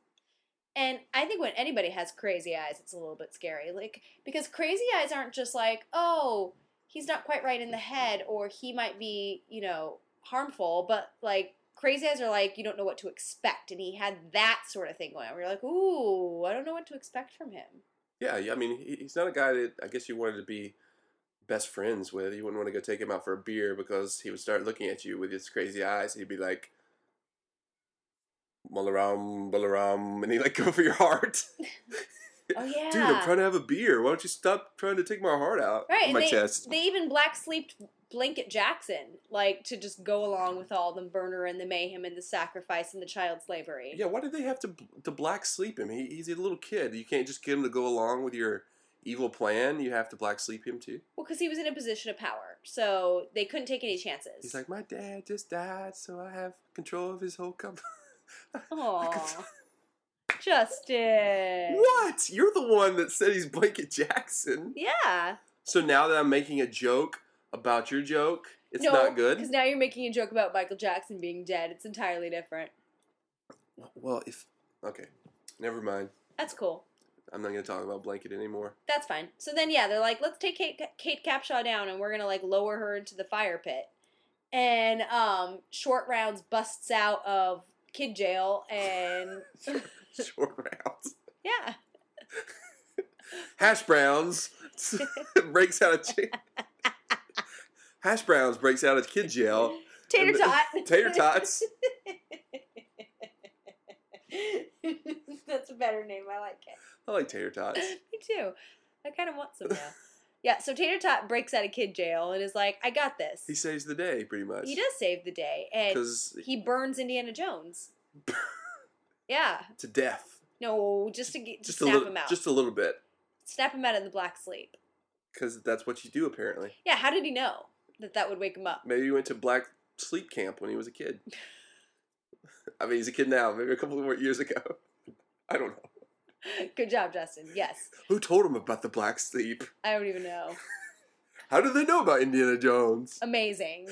And I think when anybody has crazy eyes, it's a little bit scary, like because crazy eyes aren't just like, "Oh, he's not quite right in the head," or he might be, you know, harmful, but like crazy eyes are like you don't know what to expect, and he had that sort of thing going on. Where you're like, ooh, I don't know what to expect from him. Yeah, yeah, I mean, he, he's not a guy that I guess you wanted to be best friends with. You wouldn't want to go take him out for a beer because he would start looking at you with his crazy eyes. He'd be like, Balaram, Balaram, and he'd like (laughs) go for your heart. Oh yeah, Dude, I'm trying to have a beer. Why don't you stop trying to take my heart out right? of and my they, chest? they even black sleeped Blanket Jackson, like to just go along with all the murder and the mayhem and the sacrifice and the child slavery. Yeah, why did they have to to black sleep him? He, he's a little kid. You can't just get him to go along with your evil plan. You have to black sleep him too. Well, because he was in a position of power, so they couldn't take any chances. He's like, my dad just died, so I have control of his whole company. (laughs) oh, Justin. What? You're the one that said he's Blanket Jackson. Yeah. So now that I'm making a joke about your joke, it's not Because good. now you're making a joke about Michael Jackson being dead. It's entirely different. Well, if okay, never mind. That's cool. I'm not going to talk about Blanket (laughs) anymore. That's fine. So then, yeah, they're like, let's take Kate, Kate Capshaw down, and we're gonna like lower her into the fire pit. And um, Short Rounds busts out of kid jail, (laughs) and Short rounds, yeah, hash browns (laughs) breaks out of jail. hash browns breaks out of kid jail. tater And- tot, (laughs) Tater tots. (laughs) That's a better name. I like it. I like tater (laughs) tots. Me too. I kind of want some now. Yeah, so Tater Tot breaks out of kid jail and is like, I got this. He saves the day pretty much. he does save the day, and because he burns Indiana (laughs) Jones. yeah. to death. No, just to get, Just just a snap little, him out. just a little bit, snap him out in the black sleep. because that's what you do apparently. Yeah, how did he know that that would wake him up? Maybe he went to black sleep camp when he was a kid. I mean, he's a kid now. Maybe a couple more years ago. I don't know. Good job, Justin. Yes. Who told him about the black sleep? I don't even know. How do they know about Indiana Jones? (laughs) Amazing.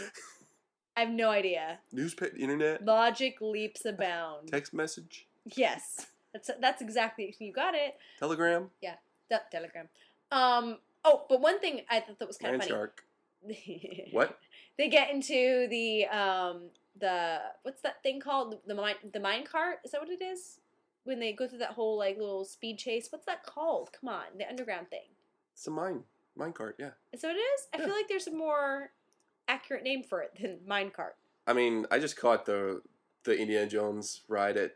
I have no idea. Newspaper, internet, Logic leaps abound. text message, Yes. That's that's exactly you got it. telegram, Te- Telegram. Um oh, but one thing I thought that was kind land of funny. (laughs) shark. What? they get into the um the what's that thing called the mine the mine cart is that what it is when they go through that whole like little speed chase what's that called come on the underground thing It's a mine, mine cart. Yeah. is that what it is i Yeah. feel like there's a more accurate name for it than mine cart I mean, I just caught the the Indiana Jones ride at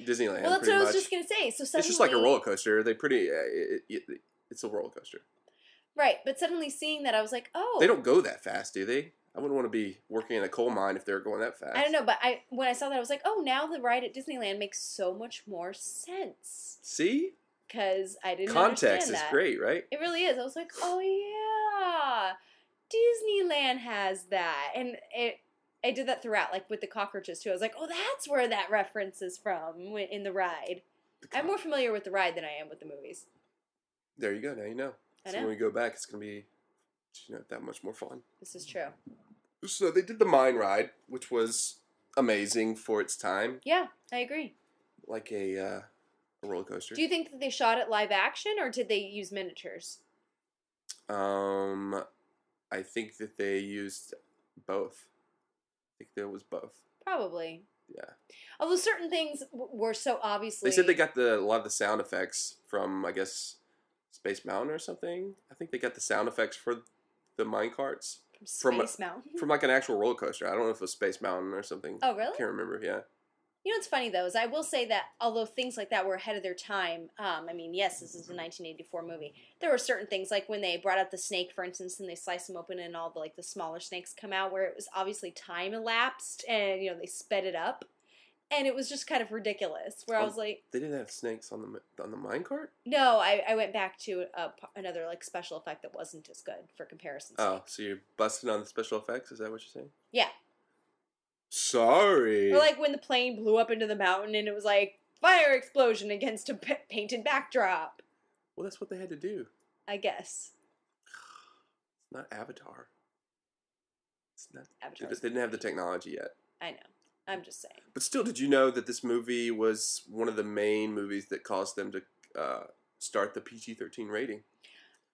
Disneyland. well that's pretty what i was much. just gonna say so suddenly It's just like a roller coaster. They pretty. Uh, it, it, it's a roller coaster. right but suddenly seeing that i was like oh They don't go that fast, do they? I wouldn't want to be working in a coal mine if they were going that fast. I don't know, but I when I saw that I was like, oh, now the ride at Disneyland makes so much more sense See, because I didn't context context is great, right? It really is. I was like, oh yeah, Disneyland has that, and it. I did that throughout, like with the cockroaches too. I was like, oh, that's where that reference is from when- in the ride. I'm more familiar with the ride than I am with the movies. There you go. Now you know. I so know. when we go back, it's gonna be you know that much more fun. This is true. So they did the mine ride, which was amazing for its time, Yeah, I agree. like a, uh, a roller coaster. Do you think that they shot it live action or did they use miniatures? um, I think that they used both. I think there was both. Probably. Yeah, Although certain things w- were so obviously. they said they got the a lot of the sound effects from I guess Space Mountain or something. I think they got the sound effects for the mine carts from from a- Space Mountain. from like an actual roller coaster. I don't know if it was Space Mountain or something. Oh, really? Can't remember. Yeah. You know what's funny though is I will say that although things like that were ahead of their time, um, I mean, yes, this is a 1984 movie. There were certain things like when they brought out the snake, for instance, and they slice them open, and all the like the smaller snakes come out, where it was obviously time elapsed, and you know they sped it up, and it was just kind of ridiculous. Where I Um, was like, They didn't have snakes on the on the mine cart. no, I, I went back to a, p- another like special effect that wasn't as good for comparison's Oh, sake. so you're busting on the special effects? Is that what you're saying? Yeah, Sorry. or like when the plane blew up into the mountain, and it was like fire explosion against a p- painted backdrop. well, that's what they had to do. I guess. It's not Avatar. It's not. They Avatar they was- didn't have the technology yet. I know. I'm just saying. But still, did you know that this movie was one of the main movies that caused them to uh, start the PG-13 rating?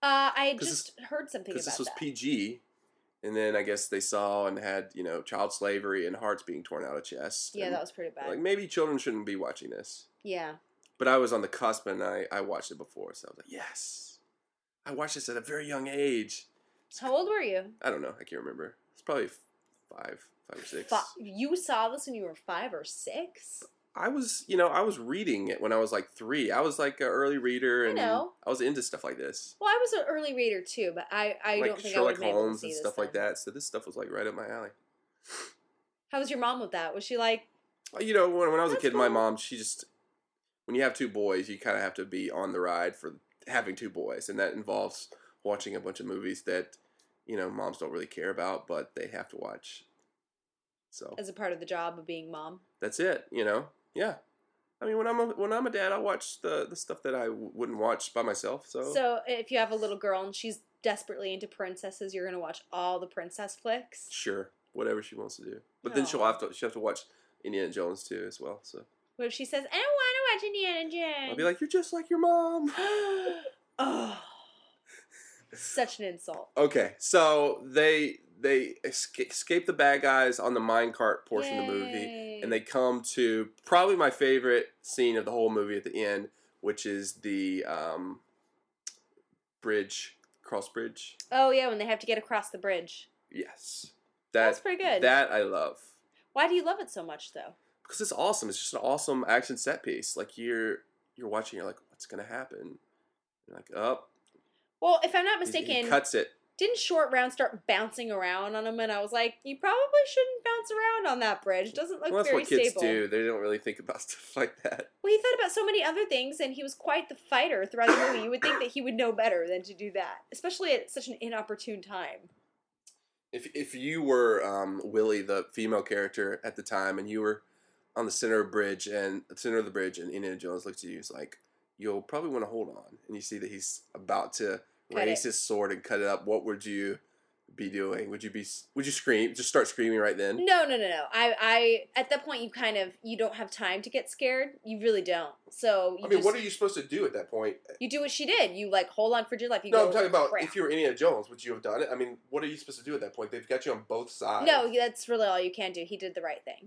Uh, I had 'Cause just heard something about Because this was that. PG, and then I guess they saw and had you know child slavery and hearts being torn out of chests. yeah, and that was pretty bad. like maybe children shouldn't be watching this. yeah, But I was on the cusp and I, I watched it before, so I was like, yes. I watched this at a very young age. how old were you? I don't know, I can't remember. It's probably f- five, five or six. Fi you saw this when you were five or six. I was, you know, I was reading it when I was like three. I was like an early reader I and know. I was into stuff like this. Well, I was an early reader too, but I, I like don't think Sherlock I would have been able to Holmes see and this stuff like then. that. So this stuff was like right up my alley. How was your mom with that? Was she like, You know, when, when I was That's a kid, my cool. mom, she just, when you have two boys, you kind of have to be on the ride for having two boys. And that involves watching a bunch of movies that, you know, moms don't really care about, but they have to watch. So as a part of the job of being mom? that's it, you know? Yeah. I mean, when I'm a, when I'm a dad, I watch the, the stuff that I w- wouldn't watch by myself. So, So if you have a little girl and she's desperately into princesses, you're gonna watch all the princess flicks. sure, whatever she wants to do. But then she'll Aw. have to she'll have to watch Indiana Jones too as well. So What if she says, "I don't want to watch Indiana Jones"? I'll be like, you're just like your mom. (laughs) (gasps) oh, (gasps) such an insult. Okay, so they they esca- escape the bad guys on the minecart portion of the Yay. movie, and they come to probably my favorite scene of the whole movie at the end, which is the um, bridge cross bridge. Oh yeah, when they have to get across the bridge. Yes, That that, was pretty good. That I love Why do you love it so much though? because it's awesome. It's just an awesome action set piece. Like you're you're watching, you're like, what's gonna happen? You're like, oh, Well, if I'm not he- he mistaken, cuts it. didn't Short Round start bouncing around on him? And I was like, you probably shouldn't bounce around on that bridge. Doesn't look Well, that's very what kids stable. do. They don't really think about (laughs) stuff like that. Well, he thought about so many other things, and he was quite the fighter throughout the movie. You would think that he would know better than to do that, especially at such an inopportune time. If if you were um, Willie, the female character at the time, and you were on the center of bridge and the center of the bridge, and Indiana Jones looks at you, he's like, "You'll probably want to hold on." And you see that he's about to Cut raise it. his sword and cut it up. What would you be doing? Would you be? Would you scream? Just start screaming right then. No, no, no, no. I, I, at that point, you kind of you don't have time to get scared. You really don't. So you just, you supposed to do at that point? you do what she did. You like hold on for dear life. You go, "Crap." you were Indiana Jones, would you have done it? I mean, what are you supposed to do at that point? They've got you on both sides. No, that's really all you can do. He did the right thing.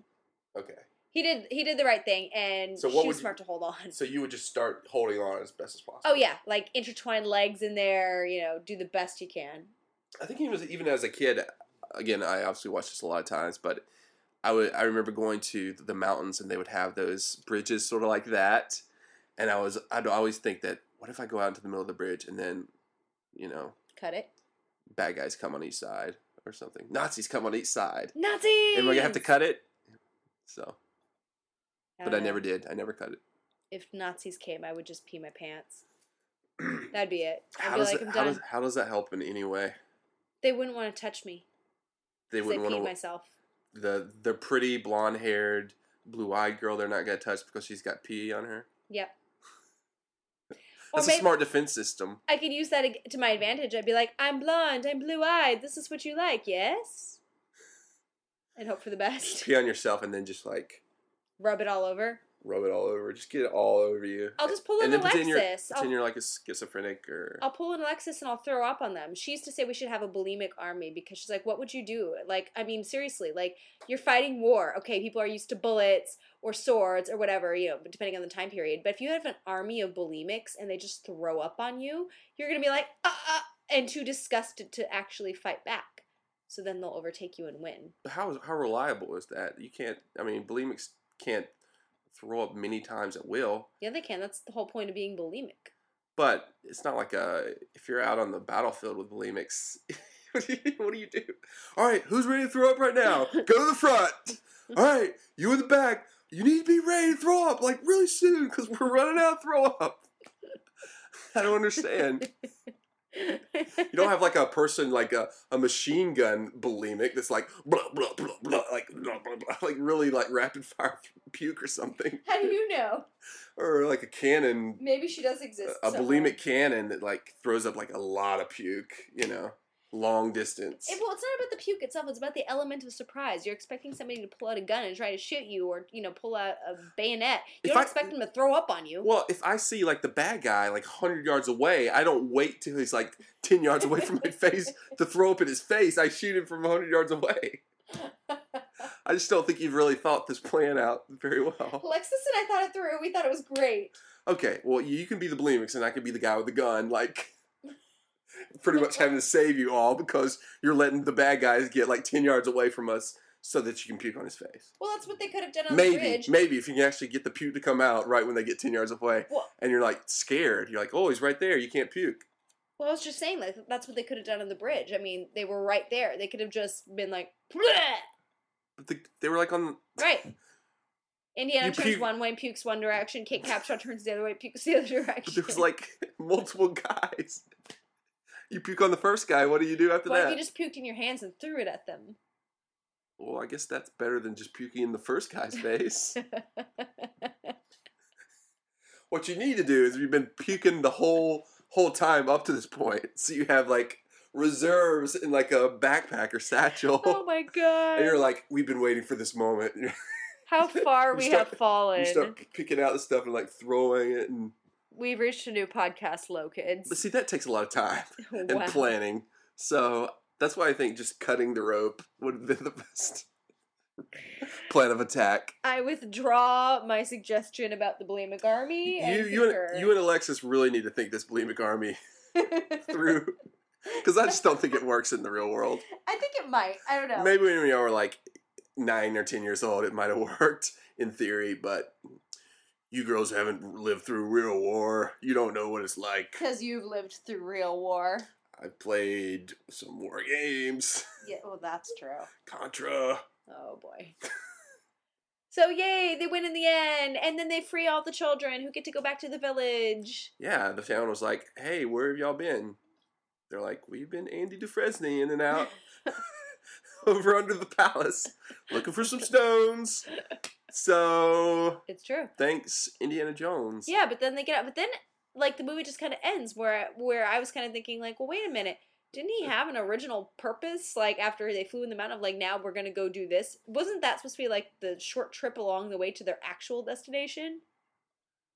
Okay. He did he did the right thing, and So she was what would you- smart to hold on. So you would just start holding on as best as possible. Oh yeah, like intertwine legs in there. You know, do the best you can. I think even as, even as a kid, again, I obviously watched this a lot of times, but I would I remember going to the mountains and they would have those bridges sort of like that, and I was I'd always think that what if I go out into the middle of the bridge and then, you know, Cut it. bad guys come on each side or something. Nazis come on each side, Nazis. and we're gonna have to cut it. So, but I don't know. never did. I never cut it. If Nazis came, I would just pee my (clears throat) pants. That'd be it. I'd How be does, like, that, I'm how done. does how does that help in any way? They wouldn't want to touch me. They 'cause I wouldn't peed want to. myself. The the pretty blonde haired, blue eyed girl. They're not gonna touch because she's got pee on her. Yep. or That's a maybe smart defense system. I could use that ag- to my advantage. I'd be like, I'm blonde, I'm blue eyed. This is what you like, yes? And hope for the best. Pee on yourself and then just like Rub it all over. rub it all over. Just get it all over you. I'll just pull and an then pretend you're, Alexis. pretend I'll, you're like a schizophrenic or I'll pull an Alexis and I'll throw up on them. She used to say we should have a bulimic army because she's like, what would you do? Like, I mean, seriously, like, you're fighting war. Okay, people are used to bullets or swords or whatever, you know, depending on the time period. But if you have an army of bulimics and they just throw up on you, you're going to be like, uh, uh, and too disgusted to actually fight back. So then they'll overtake you and win. But how is how reliable is that? You can't. I mean, bulimics can't throw up many times at will. Yeah, they can. That's the whole point of being bulimic. But it's not like a if you're out on the battlefield with bulimics. (laughs) what, do you, what do you do? All right, who's ready to throw up right now? Go to the front. All right, you in the back. You need to be ready to throw up like really soon because we're running out of throw up. (laughs) I don't understand. (laughs) You don't have like a person like a, a machine gun bulimic that's like blah blah blah blah like blah, blah, blah, like really like rapid fire (laughs) puke or something How do you know? or like a cannon Maybe she does exist. a somewhere. bulimic cannon that like throws up like a lot of puke you know long distance Eh, well, it's not about the puke itself. It's about the element of surprise. You're expecting somebody to pull out a gun and try to shoot you, or you know, pull out a bayonet. You If don't I- expect them to throw up on you. well if I see like the bad guy like hundred yards away I don't wait till he's like ten yards away from my face to throw up in his face I shoot him from hundred yards away I just don't think you've really thought this plan out very well. Alexis and I thought it through. We thought it was great. okay, well, you can be the bulimics and I can be the guy with the gun, like pretty much having to save you all because you're letting the bad guys get like 10 yards away from us so that you can puke on his face. Well, that's what they could have done on the Maybe, bridge. maybe if you can actually get the puke to come out right when they get 10 yards away Well- and you're like scared, you're like, oh, he's right there, you can't puke. Well, I was just saying, like that's what they could have done on the bridge. I mean, they were right there. They could have just been like, "Bleh!" But the, they were like on, right. Indiana You turns puke- one way, pukes one direction. Kate Capshaw turns the other way, pukes the other (laughs) direction. but there was like (laughs) multiple guys. You puke on the first guy, what do you do after Why that? if you just puked in your hands and threw it at them? (laughs) well, I guess that's better than just puking in the (laughs) first guy's face. what you need to do is you've been puking the whole whole time up to this point, so you have like reserves in like a backpack or satchel, oh my god! (laughs) and you're like, we've been waiting for this moment. (laughs) you How far You we start- have fallen. start picking out the stuff and like throwing it, and We've reached a new podcast low, (laughs) but kids. see that takes a lot of time (laughs) and Wow. planning. So that's why I think just cutting the rope would have been the best (laughs) plan of attack. I withdraw my suggestion about the bulimic army. You and you Peter. and, you and Alexis really need to think this bulimic army (laughs) (laughs) through because I just don't think it works in the real world. I think it might. I don't know. Maybe when we were like nine or ten years old, it might have (laughs) worked in theory, but you girls haven't lived through real war. You don't know what (laughs) it's like. Because you've lived through real war. I played some war games, (laughs) Yeah, well, that's true. Contra. Oh boy. so yay, they win in the end, and then they free all the children who get to go back to the village. Yeah, the town was like, "Hey, where have y'all been?" They're like, "We've been Andy Dufresne in and out (laughs) over under the palace, looking for some stones." So It's true. thanks, Indiana Jones. Yeah, but then they get out. But then, like, the movie just kind of ends where where I was kind of thinking, like, well, wait a minute, didn't he have an original purpose? Like, after they flew in the mountain, of like, now we're gonna go do this. Wasn't that supposed to be like the short trip along the way to their actual destination?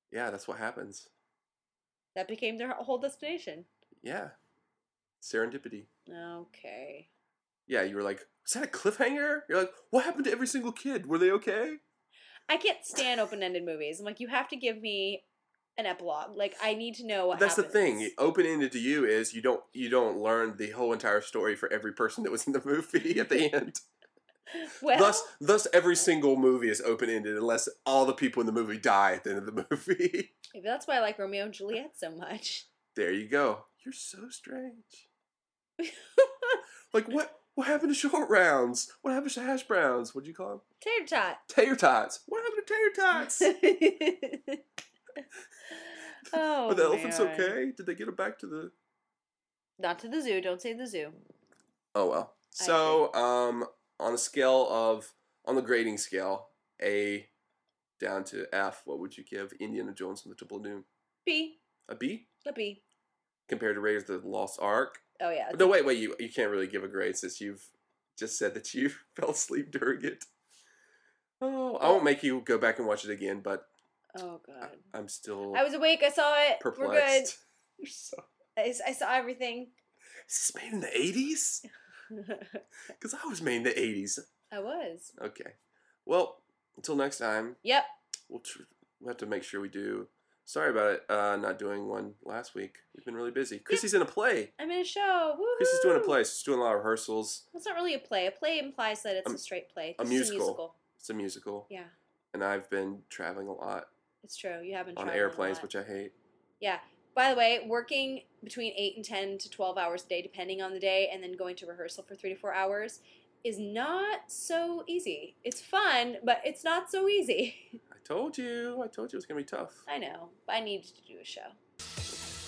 Yeah, that's what happens. That became their whole destination. Yeah. Serendipity. Okay. Yeah, you were like, is that a cliffhanger? You're like, what happened to every single kid? Were they okay? I can't (laughs) stand open-ended movies. I'm like, you have to give me an epilogue. Like, I need to know what. That's the happens. (laughs) thing. Open ended to you is you don't you don't learn the whole entire story for every person that was in the movie (laughs) at the end. Well, thus thus every single movie is open ended unless all the people in the movie die at the end of the movie. (laughs) maybe that's why I like Romeo and Juliet so much. there you go. You're so strange. Like what What happened to short rounds? What happened to hash browns? What'd you call them? Tater tot. Tater tots. What happened to tater (laughs) tots? oh, Are the elephants man. okay? Did they get them back to the? Not to the zoo. Don't say the zoo. Oh well. I So, um, on a scale of on the grading scale, A down to F, what would you give Indiana Jones and the Temple of Doom? B. A B A B. compared to Raiders of the Lost Ark. Oh yeah. No, wait, wait. You you can't really give a grade since you've just said that you (laughs) fell asleep during it. Oh, I won't make you go back and watch it again, but Oh god. I'm still I was awake. I saw it. We're good. (laughs) Uh, perplexed. You're so- I, s- I saw everything. (laughs) Is this made in the '80s? Because I was made in the '80s. I was. Okay. Well, until next time, Yep. we'll tr- we have to make sure we do. Sorry about it, uh, not doing one last week. We've been really busy. Chrissy's in a play. I'm in a show. Woo. Chrissy's doing a play. She's doing a lot of rehearsals. It's not really a play. A play implies that it's Um, a straight play. a It's just musical. It's a musical, Yeah, and I've been traveling a lot it's true. You haven't on airplanes, which I hate. yeah. By the way, working between eight and ten to twelve hours a day, depending on the day, and then going to rehearsal for three to four hours, is not so easy. It's fun, but it's not so easy. (laughs) I told you. I told you it was gonna be tough. I know. But I needed to do a show.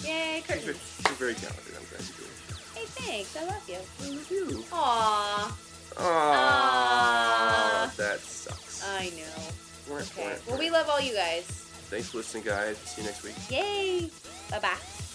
Yay, You're very, curtains. you're very talented. I'm glad you did. it. Hey, thanks. I love you. I love you. Aww. Ah, Ah. that sucks. I know. Wah, Uh, Okay. wah, Well, we wah. love all you guys. Thanks for listening, guys. See you next week. Yay. Bye bye.